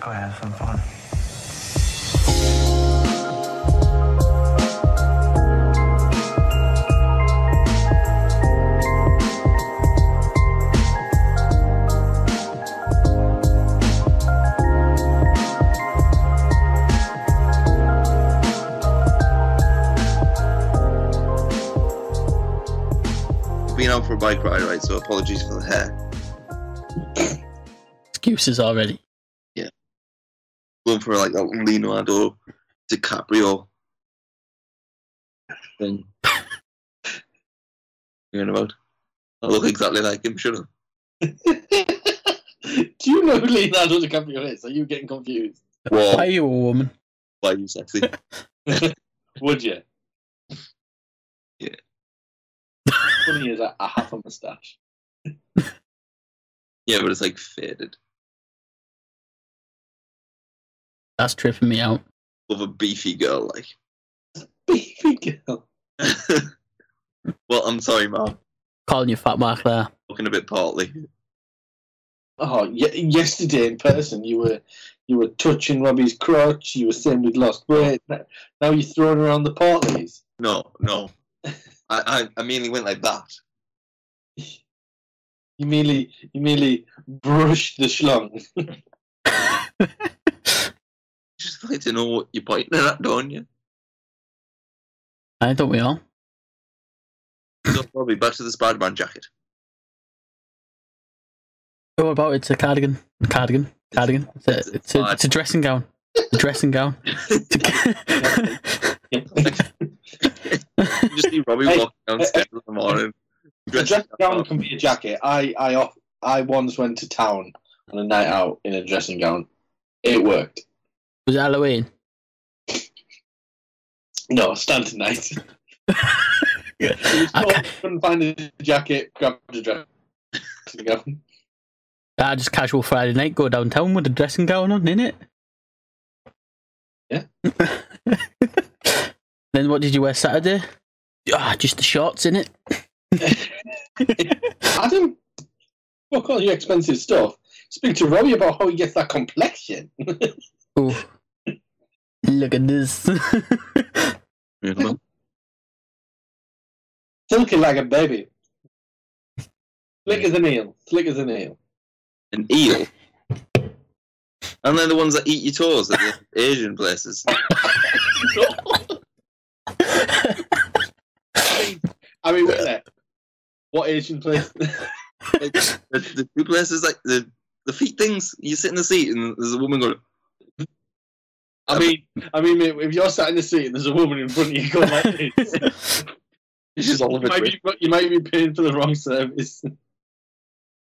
go have some fun. Been on for a bike ride, right? So apologies for the hair. Excuses already. Going for like that Leonardo DiCaprio thing. Hearing about? I look exactly like him, should I? Do you know who Leonardo DiCaprio is? Are you getting confused? Well, Why are you a woman? why you sexy? Would you? Yeah. Funny is I, I have a moustache. Yeah, but it's like faded. That's tripping me out. Of a beefy girl, like. Baby girl. well, I'm sorry, man. Calling you fat Mark there. Looking a bit partly. Oh, ye- yesterday in person, you were you were touching Robbie's crotch. You were saying we'd lost weight. Now now you're throwing around the parties. No, no. I, I, I mainly went like that. You merely you merely brushed the schlong. You just like to know what you're pointing at, don't you? I don't we all? So, probably back to the Spider Man jacket. Oh, about it's a cardigan. Cardigan. Cardigan. It's a, it's a, it's a dressing gown. A dressing gown. You just see Robbie Hey, walking downstairs in the morning. A dressing up. gown can be a jacket. I I off, I once went to town on a night out in a dressing gown. It worked. Was it Halloween? No, Stanton night. Yeah. I, I ca- couldn't find a jacket. Grabbed a dressing gown. I Ah, just casual Friday night, go downtown with a dressing gown on, innit? Yeah. then what did you wear Saturday? Ah, just the shorts, innit? Adam, fuck all your expensive stuff. Speak to Robbie about how he gets that complexion. Ooh. Look at this. You know? Silky like a baby. Slick as a nail. Slick as a nail. An eel. And they're the ones that eat your toes at the Asian places. I mean, wait there. What Asian place? The, the two places like the the feet things. You sit in the seat and there's a woman going. I mean, I mean, mate, if you're sat in the seat and there's a woman in front of you going like this, It's just all you over. might, be, you might be paying for the wrong service.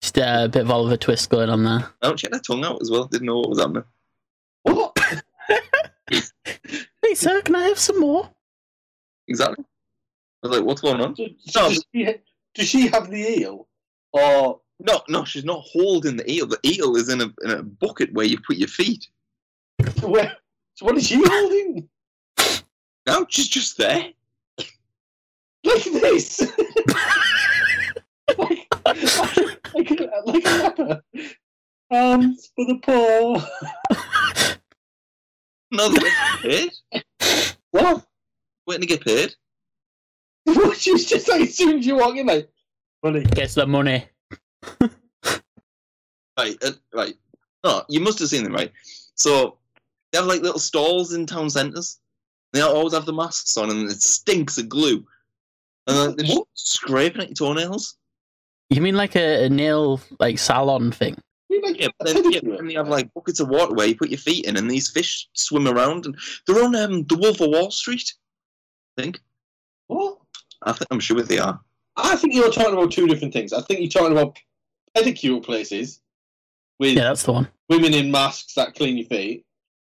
just uh, a bit of Oliver Twist going on there. Oh, check their tongue out as well. Didn't know what was happening. What? Hey, sir, can I have some more? Exactly. I was like, what's going on? Does she, does she have the eel? Or No, no, she's not holding the eel. The eel is in a in a bucket where you put your feet. where? So what is she holding? No, she's just there. Like this? like, like, a, like a leper. Arms for the poor. No, they're waiting to get paid. What? Waiting to get paid. What? She's just like, as soon as you walk in, like, money. Gets the money. Right, uh, right. No, you must have seen them, right? So they have like little stalls in town centres. They always have the masks on, and it stinks of glue. And then they're just scraping at your toenails. You mean like a, a nail like salon thing? You like, Yeah, a but then, yeah, pedicure. then they have like buckets of water where you put your feet in, and these fish swim around. And they're on um, the Wolf of Wall Street. I think. What? I think I'm sure they are. I think you're talking about two different things. I think you're talking about pedicure places with Yeah, that's the one. women in masks that clean your feet,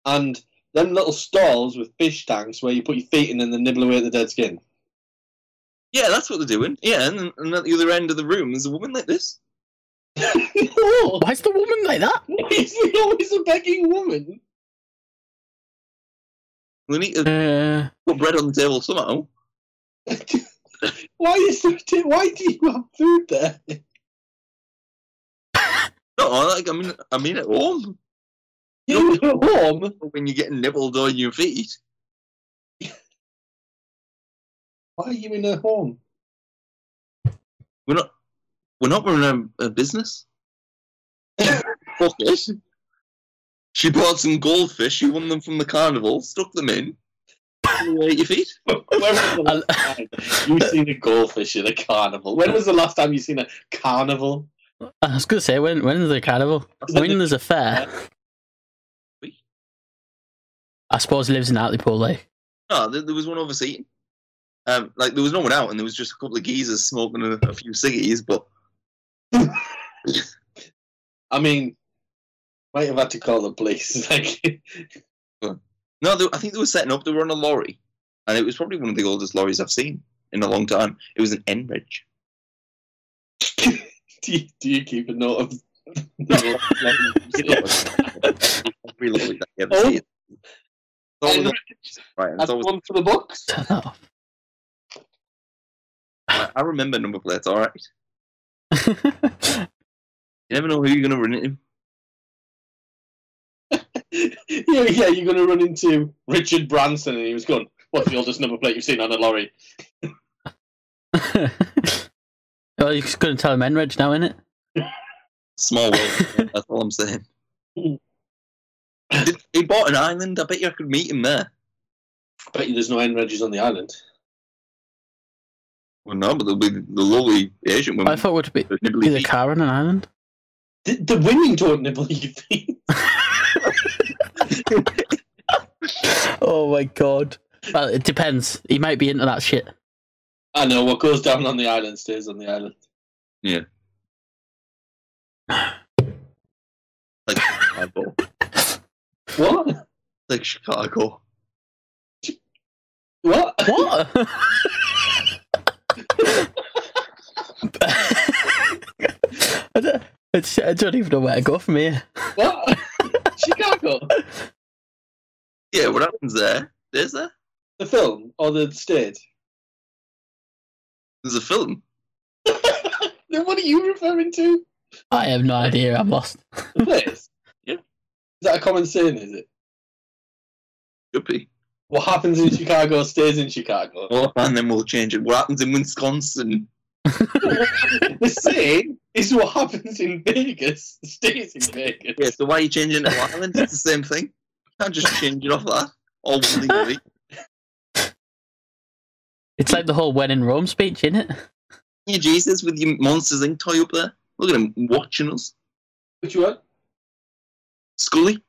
and them little stalls with fish tanks where you put your feet in and then nibble away at the dead skin. Yeah, that's what they're doing. Yeah, and, and at the other end of the room, there's a woman like this. no, Why's the woman like that? is he always a begging woman? We need to Uh, put bread on the table somehow. why is there? t- Why do you have food there? No, I like I mean I mean at home. You were home. when you get nibbled on your feet. Why are you in a home? We're not. We're not running a, a business. Fuck it. She bought some goldfish. She won them from the carnival. Stuck them in. You ate your feet. When was the last time you seen a goldfish in a carnival? When was the last time you seen a carnival? I was gonna say when when is the carnival? When there's a fair. I suppose he lives in Hartlepool, like. No, there, there was one overseas. Um, like there was no one out, and there was just a couple of geezers smoking a, a few ciggies. But I mean, might have had to call the police. Like, no, they, I think they were setting up. They were on a lorry, and it was probably one of the oldest lorries I've seen in a long time. It was an Enbridge. do, you, do you keep a note of? I've Every lorry that you ever Oh. see. It's always on- right, and it's always- one for the books. Turn that off. I I remember number plates. All right, you never know who you're gonna run into. yeah, yeah, you're going to run into Richard Branson, and he was going, "What's the oldest number plate you've seen on a lorry?" well, you're just gonna tell him Enrich now, innit? Small world. that's all I'm saying. Did, he bought an island. I bet you I could meet him there. Bet you there's no Enredges on the island. Well, no, but there'll be the lovely Asian woman. I thought would be with nibbly be the feet. car on an island. The, the women don't nibble your feet. Oh my god. Well, it depends. He might be into that shit. I know what goes down on the island stays on the island. like Chicago. What? like Chicago. What? What? I, don't, I just- I don't even know where to go from here. What? Chicago, Yeah, what happens there? There's there. the film or the state? There's a film. Then what are you referring to? I have no idea. I'm lost. The place? Yeah. Is that a common saying? Is it? Should be. What happens in Chicago stays in Chicago. Oh, and then we'll change it. What happens in Wisconsin? the same is what happens in Vegas stays in Vegas. Yeah, so why are you changing it to island? It's the same thing. Can't just change it off that. All willy nilly. It's like the whole when in Rome speech, innit? Yeah, Jesus, with your Monsters Inc. toy up there. Look at him watching us. Which one? Scully?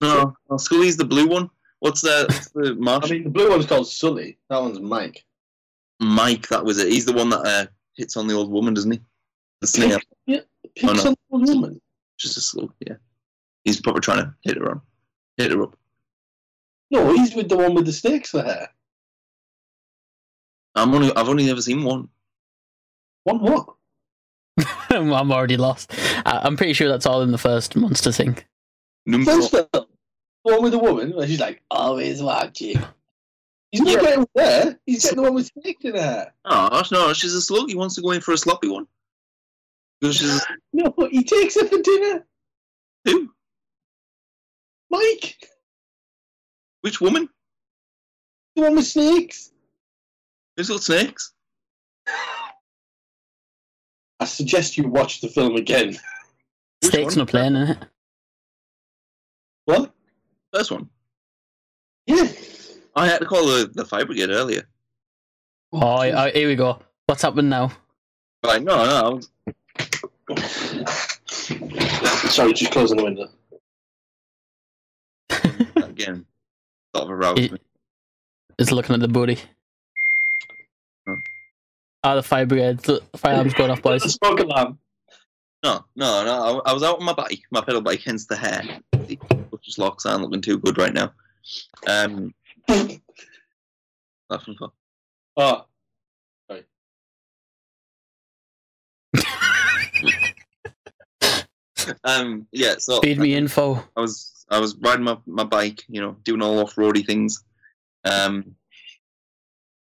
No, no, Scully's the blue one. What's the, what's the I Martian? mean, the blue one's called Sully. That one's Mike. Mike, that was it. He's the one that uh, hits on the old woman, doesn't he? The snail. Picks Oh, no. on the old woman. Just a slow, yeah. He's probably trying to hit her on. Hit her up. No, he's with the one with the snakes for hair. I'm only, I've only ever seen one. One what? I'm already lost. I, I'm pretty sure that's all in the first Monster Inc. Number First film, the one with the woman, where she's like, always watching. He's not Yeah. getting there. He's getting the one with snakes in her hair. Oh, no, she's a slug. He wants to go in for a sloppy one. Because she's a No, he takes her for dinner. Who? Mike, Which woman? the one with snakes. Who's got snakes? I suggest you watch the film again. Which Stakes one? on a plane, innit? What? First one. Yeah. I had to call the, the fire brigade earlier. Oh, oh, here we go. What's happened now? Right, no, no, I was, Sorry, just closing the window. again, sort of aroused me. Just looking at the booty. Oh. Ah, the fire brigade. The fire alarm's going off, The boys. smoke alarm. No, no, no, I, I was out on my bike, my pedal bike, hence the hair. Which is locks aren't looking too good right now. Um, that's from far. Oh, um, yeah, so Feed me info. I was I was riding my, my bike, you know, doing all off roady things. Um,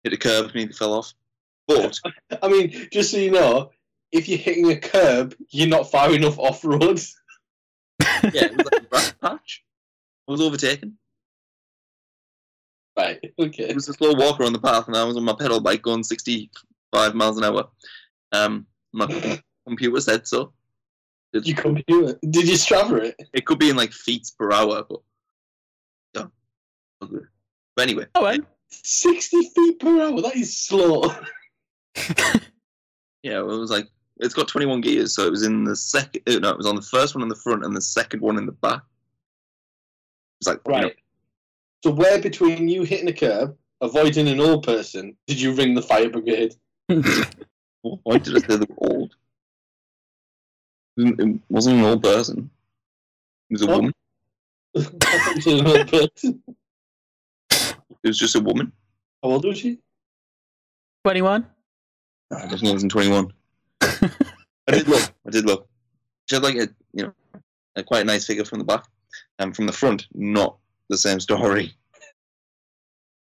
hit a curb, nearly fell off. But I mean, just so you know, if you're hitting a curb, you're not far enough off road. Yeah, it was like a grass patch. I was overtaken. Right. Okay. It was a slow walk around the path, and I was on my pedal bike going 65 miles an hour. Um, my computer said so. Did you computer? Did you Strava it? It could be in like feet per hour, but yeah. But anyway, Oh, well. Sixty feet per hour. That is slow. yeah, it was like it's got 21 gears, so it was in the second. No, it was on the first one in the front and the second one in the back. It's like you know, Right. So where between you hitting a curb, avoiding an old person, did you ring the fire brigade? Why did I say they were old? It wasn't an old person. It was a What? woman. I thought you said an old person. It was just a woman. How old was she? 21. I definitely wasn't 21. I did look. I did look. She had like a, you know, a quite nice figure from the back. And from the front, not the same story.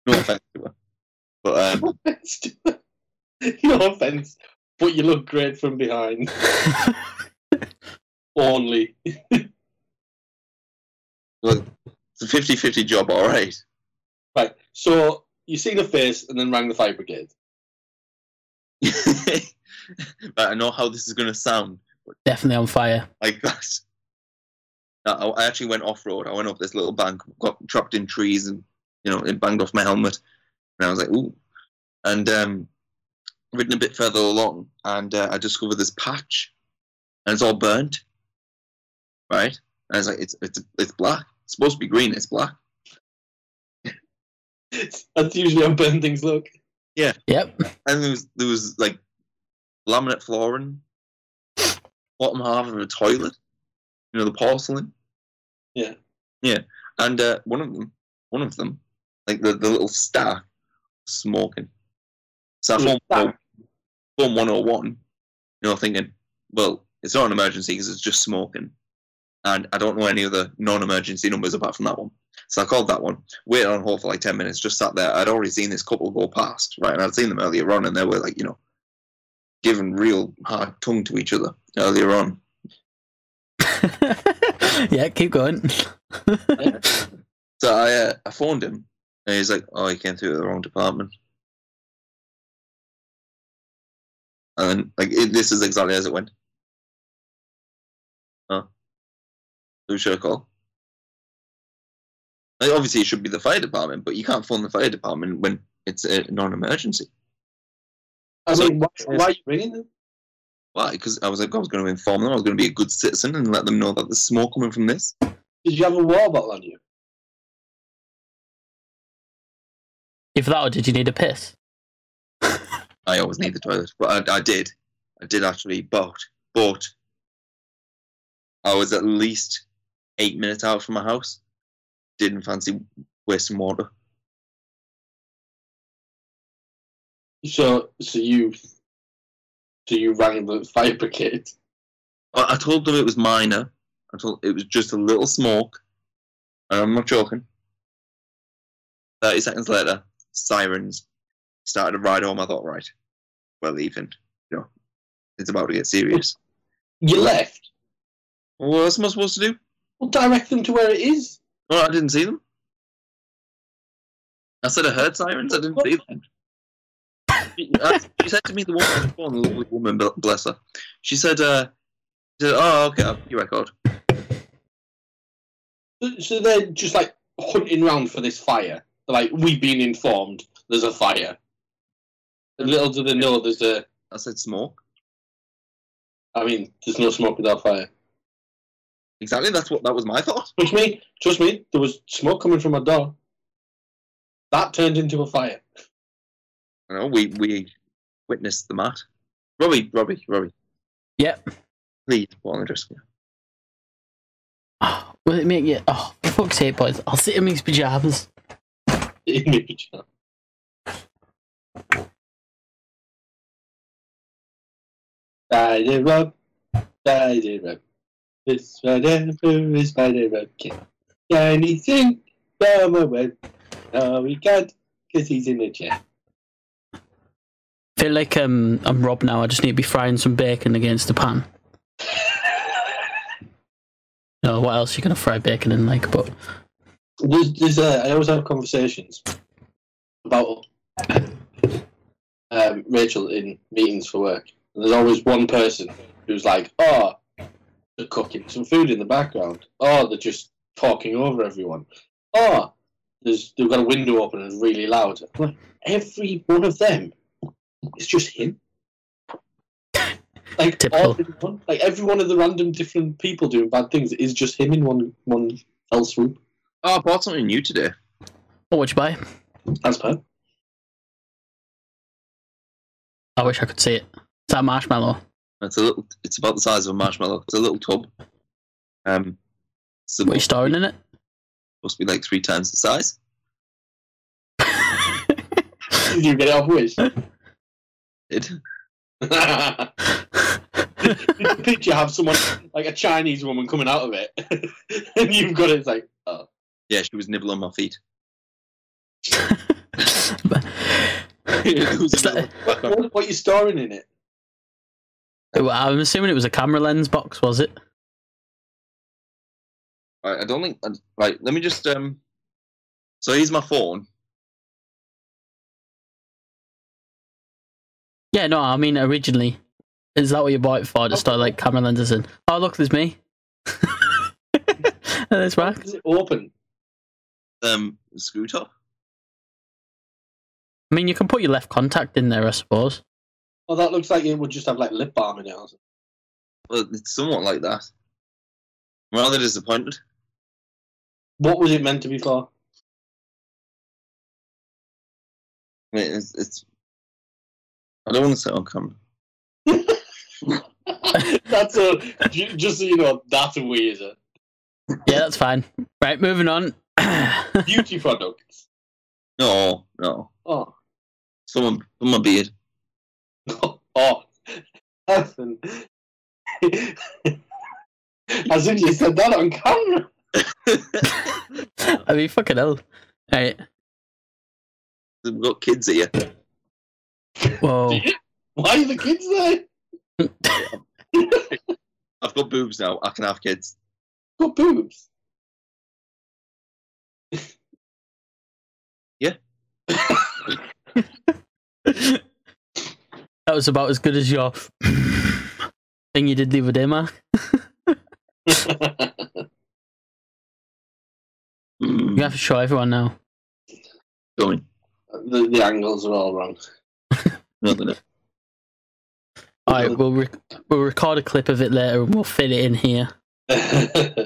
No offense to her. But um, no offense, but you look great from behind. Only. look, it's a 50 50 job, all right. Right. So you seen the face and then rang the fire brigade. right. I know how this is going to sound. Definitely on fire. like that. No, I- I actually went off road. I went up this little bank, got trapped in trees, and you know it banged off my helmet. And I was like, ooh. And um, ridden a bit further along, and uh, I discovered this patch, and it's all burnt, right? And I was like, it's it's it's black. It's supposed to be green. It's black. That's usually how burn things look. Yep. And there was there was like laminate flooring, bottom half of a toilet, you know the porcelain. Yeah. yeah. And uh, one of them, one of them, like the, the little stack, smoking. So I Little phoned phone phone 101, you know, thinking, well, it's not an emergency because it's just smoking, and I don't know any other non-emergency numbers apart from that one. So I called that one, waited on hold for like 10 minutes, just sat there. I'd already seen this couple go past, right? And I'd seen them earlier on, and they were like, you know, giving real hard tongue to each other earlier on. yeah, keep going. So I, uh, I phoned him, and he's like, oh, he came through the wrong department. And then, like, it, this is exactly as it went. Huh? Who should I call? Like, obviously, it should be the fire department, but you can't phone the fire department when it's a non emergency. I So- mean, why, why are you ringing them? Why? Because I was like, I was going to inform them. I was going to be a good citizen and let them know that there's smoke coming from this. Did you have a water bottle on you? If that, or did you need a piss? I always need the toilet, but I, I did. I did actually, but but I was at least eight minutes out from my house. Didn't fancy wasting water. So, so you, so you rang the fire brigade. I, I told them it was minor. I told it was just a little smoke, and I'm not joking. Thirty seconds later, sirens started to ride home. I thought, right, we're leaving. You know, it's about to get serious. You left. What else am I supposed to do? Well, direct them to where it is. Well, I didn't see them. I said I heard sirens. I didn't see them. She, uh, she said to me, the woman, one lovely woman, bl- bless her. She said, uh, she said, "Oh, okay, I'll put your record." So- So they're just like hunting round for this fire. They're like, we've been informed there's a fire. And little do they know there's a. I said, "Smoke." I mean, there's no smoke without fire. Exactly. That's what that was my thought. Trust me, trust me. There was smoke coming from my door. That turned into a fire. You know, we we witnessed the mat. Robbie, Robbie, Robbie. Yep. Please, go on the dressing room. Oh, will it make you? Oh, for fuck's sake, boys! I'll sit in these pajamas. In the picture. Spider web, spider web. This spider web is spider web. Can anything from a web? No, we can't, because he's in the chair. Feel like um, I'm Rob now. I just need to be frying some bacon against the pan. know what else you're gonna fry bacon in, like, but There's, there's, uh, I always have conversations about um, Rachel in meetings for work. And there's always one person who's like, oh, they're cooking some food in the background. Oh, they're just talking over everyone. Oh, there's, they've got a window open and it's really loud. I'm like, Every one of them is just him. Like, all Typical. in one- like every one of the random different people doing bad things is just him in one one fell swoop. Oh, I bought something new today. oh, what'd you buy? That's bad. I wish I could see it. Is that marshmallow? It's a little. It's about the size of a marshmallow. It's a little tub. Um, it's What are you supposed storing in it? to be like three times the size. Did you get it off Wish? It, Did the picture have someone like a Chinese woman coming out of it, and you've got it, it's like, oh, yeah, she was nibbling on my feet. But- It was It's a like- little- what, what are you storing in it? I'm assuming it was a camera lens box, was it? Right, I don't think. I- Right, let me just. um So here's my phone. Yeah, no, I mean originally. Is that what you bought it for? To store like camera lenses in? Oh, look, there's me. and there's Rack. Is it open? Um, screw top. I mean, you can put your left contact in there, I suppose. Oh, that looks like it would just have like lip balm in it. Or something. Well, it's somewhat like that. I'm rather disappointed. What was it meant to be for? I mean, it's, it's. I don't want to sit on camera. That's a ju- just so you know, that's a uh, weirder Yeah, that's fine. Right, moving on. beauty products. No, no. Oh, Someone put my beard. oh, Ethan. As if you said that on camera. I mean, fucking hell. Right. We've got kids here. Whoa. Why are the kids there? I've got boobs now. I can have kids. Got boobs. that was about as good as your thing you did the other day, Mark. Mm, You have to show everyone now. going. the, the angles are all wrong. Nothing. All right, we'll re- we'll record a clip of it later and we'll fit it in here. Not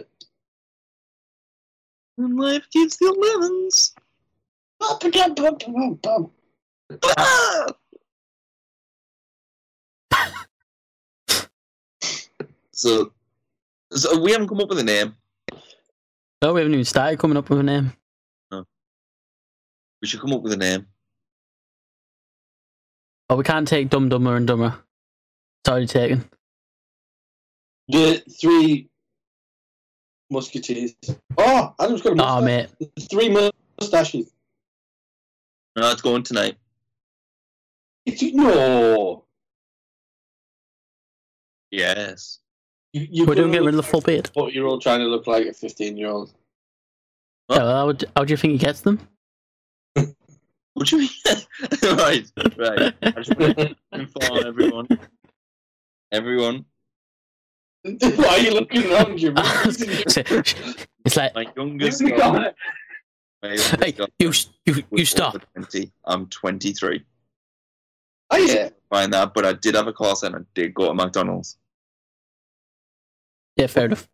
And life gives the lemons. to get bum, bum, bum. Ah! so, so we haven't come up with a name. No, Oh, we haven't even started coming up with a name. We should come up with a name. Oh, we can't take Dum Dumber and Dumber. It's already taken. The three musketeers. Oh, Adam's got a Ah, mustache. mate. The three mustaches. No, it's going tonight. It's, no. Yes. You, you We're doing get rid of the full beard. What year old trying to look like a 15 year old? Huh? Yeah, well, how, d- how do you think he gets them? What do you mean? right, right. I just want to inform everyone. Everyone, Why are you looking around, Jimmy? it's like, my youngest daughter. You're My youngest hey, daughter you, you, was you stop. over 20. I'm 23. Oh, yeah. Find that, but I did have a class and I did go to McDonald's. Yeah, fair enough.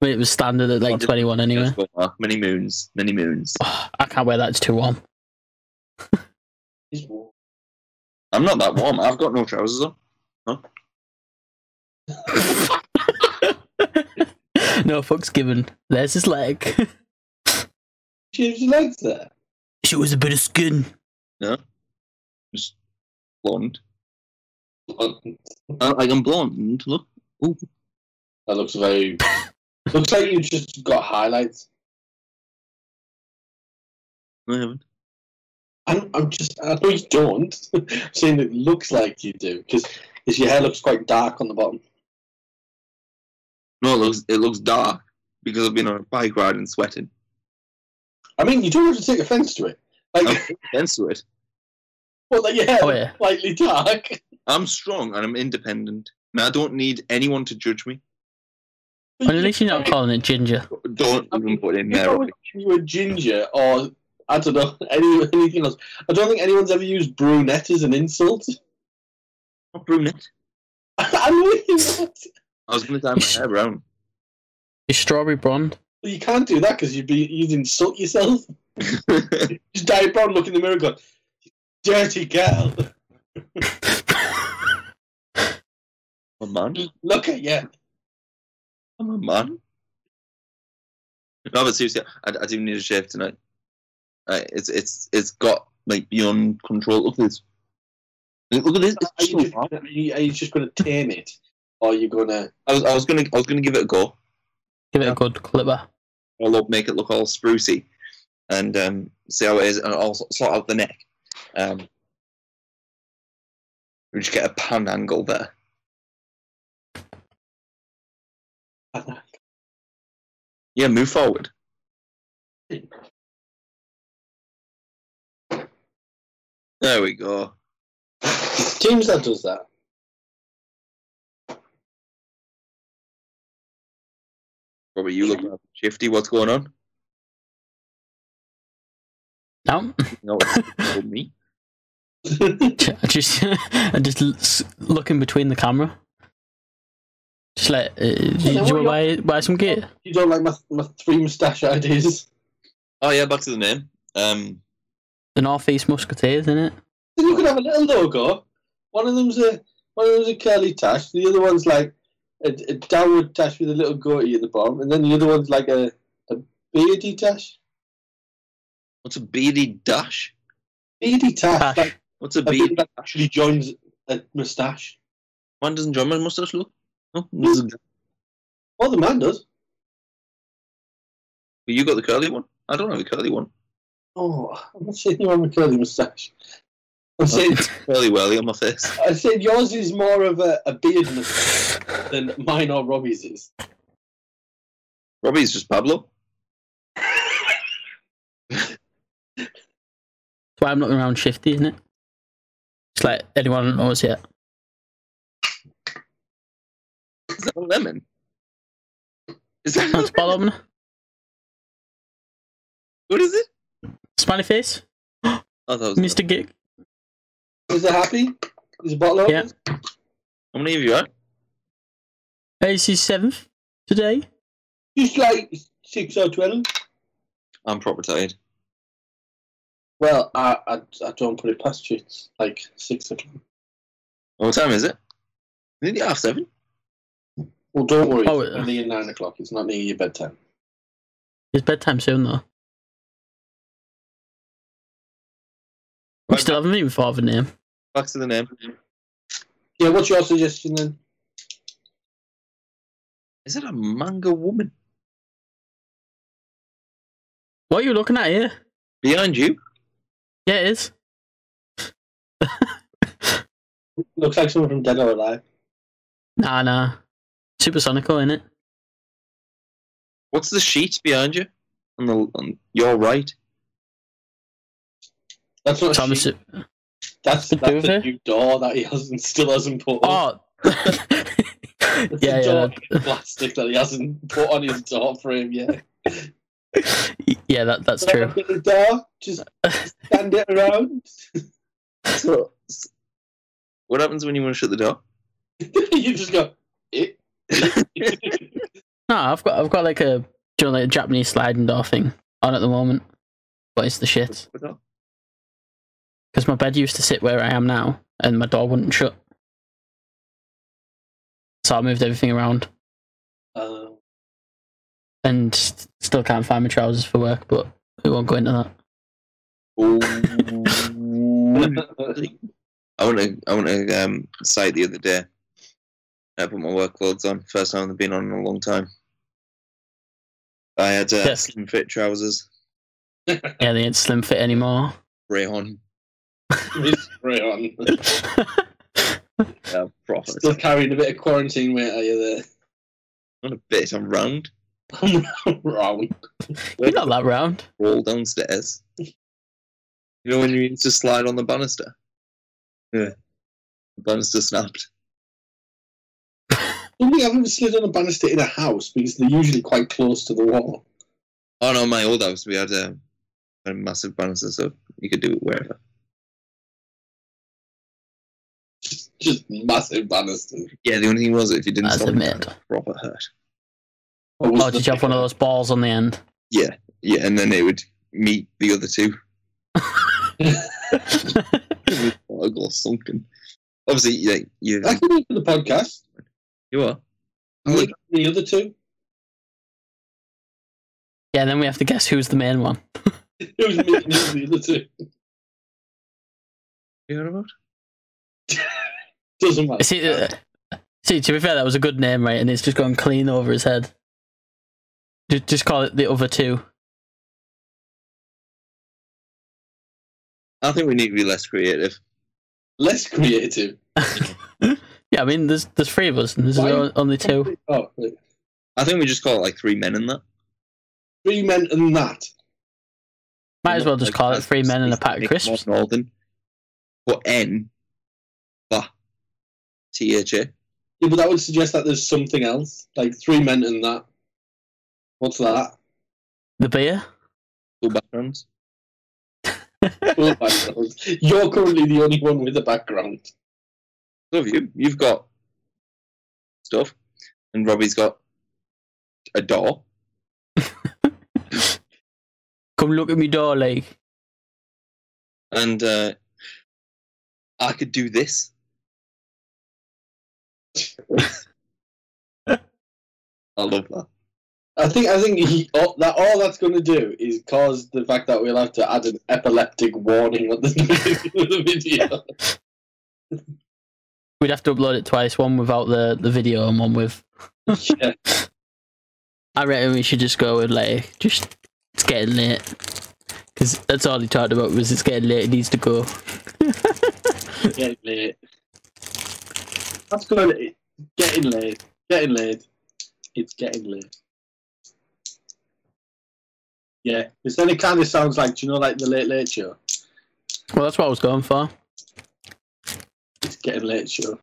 I mean, it was standard at like 21 anyway. Just go back. Many moons, many moons. Oh, I can't wear that, it's too warm. I'm not that warm. I've got no trousers on. no fucks given. There's his leg. She your legs there. she was a bit of skin. Blonde. Oh, Uh, like I'm blonde. Look. That looks very. looks like you've just got highlights. No, I haven't. I'm, I'm just, I know you don't. I'm saying it looks like you do because your hair looks quite dark on the bottom. No, it looks it looks dark because I've been on a bike ride and sweating. I mean, you don't have to take offence to it. I'm Like, against to it. well, like, yeah, Oh, yeah. slightly dark. I'm strong and I'm independent, and I don't need anyone to judge me. But at least you're not calling it ginger. Don't I even mean, put it in If I there. was you were ginger or I don't know any, anything else, I don't think anyone's ever used brunette as an insult. I'm brunette. I know it's not. I was going to dye my hair brown. You're strawberry blonde. But You can't do that because you'd be you'd insult yourself. Just dye it brown, look in the mirror, and go, dirty girl, I'm a man. look at you. I'm a man. No, but seriously, I, I do need a shave tonight. Uh, it's it's it's got like beyond control. Look at this. Look at this. Are It's you so just, hard. gonna- are you, are you just going to tame it, or are you going to? I was I was gonna I was gonna give it a go. Give it a good clipper. I'll look- make it look all sprucey and um, see how it is, and I'll s- sort out the neck. Um, we just get a pan angle there. Yeah, move forward. There we go. Teams that does that. Robert, you look rather shifty. What's going on? No, No, it's told me. I just, I just l- s- looking between the camera. Just like, uh, do, do you what want to you- buy, buy some gear? you don't like my, my three moustache ideas. Oh yeah, back to the name. Um, The Northeast Musketeers, innit? Then you could have a little logo. One of them's a one of them's a curly tash. The other one's like a, a downward tash with a little goatee at the bottom, and then the other one's like a, a beardy tash. what's a beady dash? Beardy tash. Tash. Like, What's a I beady? think that actually joins a moustache. Man doesn't join my mustache look. No, there's a- Well, the man does. you got the curly one. I don't have a curly one. Oh, I'm not saying you have a curly moustache. I'm saying Curly whirly on my face. I said yours is more of a, a beard moustache than mine or Robbie's is. Robbie's just Pablo. That's why I'm looking around shifty, isn't it? It's like anyone knows yet. Is that a lemon? Is that That's bottle opener. what is it? Smiley face. Oh, that was Mr. Gig. Is it happy? Is it bottle open? Yeah. How many of you had? AC seventh today. Just like six or twelve. I'm proper tired. Well, I, I, I don't put it past you. It's like six o'clock. What time is it? Is it half seven? Well, don't worry. Oh, it's yeah. only at nine o'clock. It's not near your bedtime. It's bedtime soon though. We Right, still haven't even thought of a name. Back to the name. Yeah, what's your suggestion then? Is it a manga woman What are you looking at here? behind you? Yeah, it is. Looks like someone from Dead or Alive. Nah, nah. Supersonical, innit? What's the sheet behind you? On the on your right. That's not Thomas. Thomas. That's The that's Hoover? a new door that he hasn't still hasn't put. on. Oh. That's yeah, a yeah, door in plastic that he hasn't put on his door frame yet. that- yeah. That that's true. Look at The door, just stand it around. So, s- what happens when you want to shut the door? you just go. Eh? No, I've got I've got like a do you know, like a Japanese sliding door thing on at the moment, but it's the shit. Shut the door. because my bed used to sit where I am now, and my door wouldn't shut. So I moved everything around, Uh, and s- still can't find my trousers for work. But we won't go into that. Oh. I want to. I want to um, site the other day. I put my work clothes on. First time I've been on in a long time. I had uh, Yes. slim fit trousers, Yeah, they ain't slim fit anymore. grey on, right on. uh, proper. uh, Still carrying a bit of quarantine weight, are you there? Not a bit. I'm round. I'm wrong. You're not that round. roll downstairs. You know when you used to slide on the banister? Yeah. The banister snapped. I don't think I've ever slid on a banister in a house because they're usually quite close to the wall. Oh no, my old house, we had a, a massive banister, so you could do it wherever. Just, just massive banisters. Yeah, the only thing was if you didn't That's stop a it, myth. you'd proper hurt. What was Oh, the did you have one of those balls on the end? Yeah, and then it would meet the other two. Or go sunken. Obviously, yeah, you, I can do it for the podcast. you are. Like the other two. yeah, then we have to guess who's the main one. It was me and you, the other two. You heard about? Doesn't matter. See, uh, see, to be fair, that was a good name, right? And it's just gone clean over his head. Ju- Just call it the other two. I think we need to be less creative. Less creative. Yeah, I mean, there's there's three of us, and there's Why- o- only two. Oh, right. I think we just call it like three men in that. Three men and that. Might as well just call it three men and a pack Make of it more crisps. Northern. But N. Bah. T H A. Yeah, but that would suggest that there's something else. Like three men and that. What's that? The beer. Cool backgrounds. Full background. Oh, You're currently the only one with a background. So have you. You've got stuff. And Robbie's got a door. Come look at me, door, like And uh, I could do this. I love that. I think I think he, all, that all that's going to do is cause the fact that we'll have to add an epileptic warning at the beginning of the video. we'd have to upload it twice. One without the the video, and one with. Yeah. I reckon we should just go with like just it's getting late because that's all he talked about was it's getting late. It needs to go. Getting late. That's going to getting late. Getting late. It's getting late. Yeah, because then it kind of sounds like, do you know, like the Late Late Show. Well, that's what I was going for. It's getting late, show.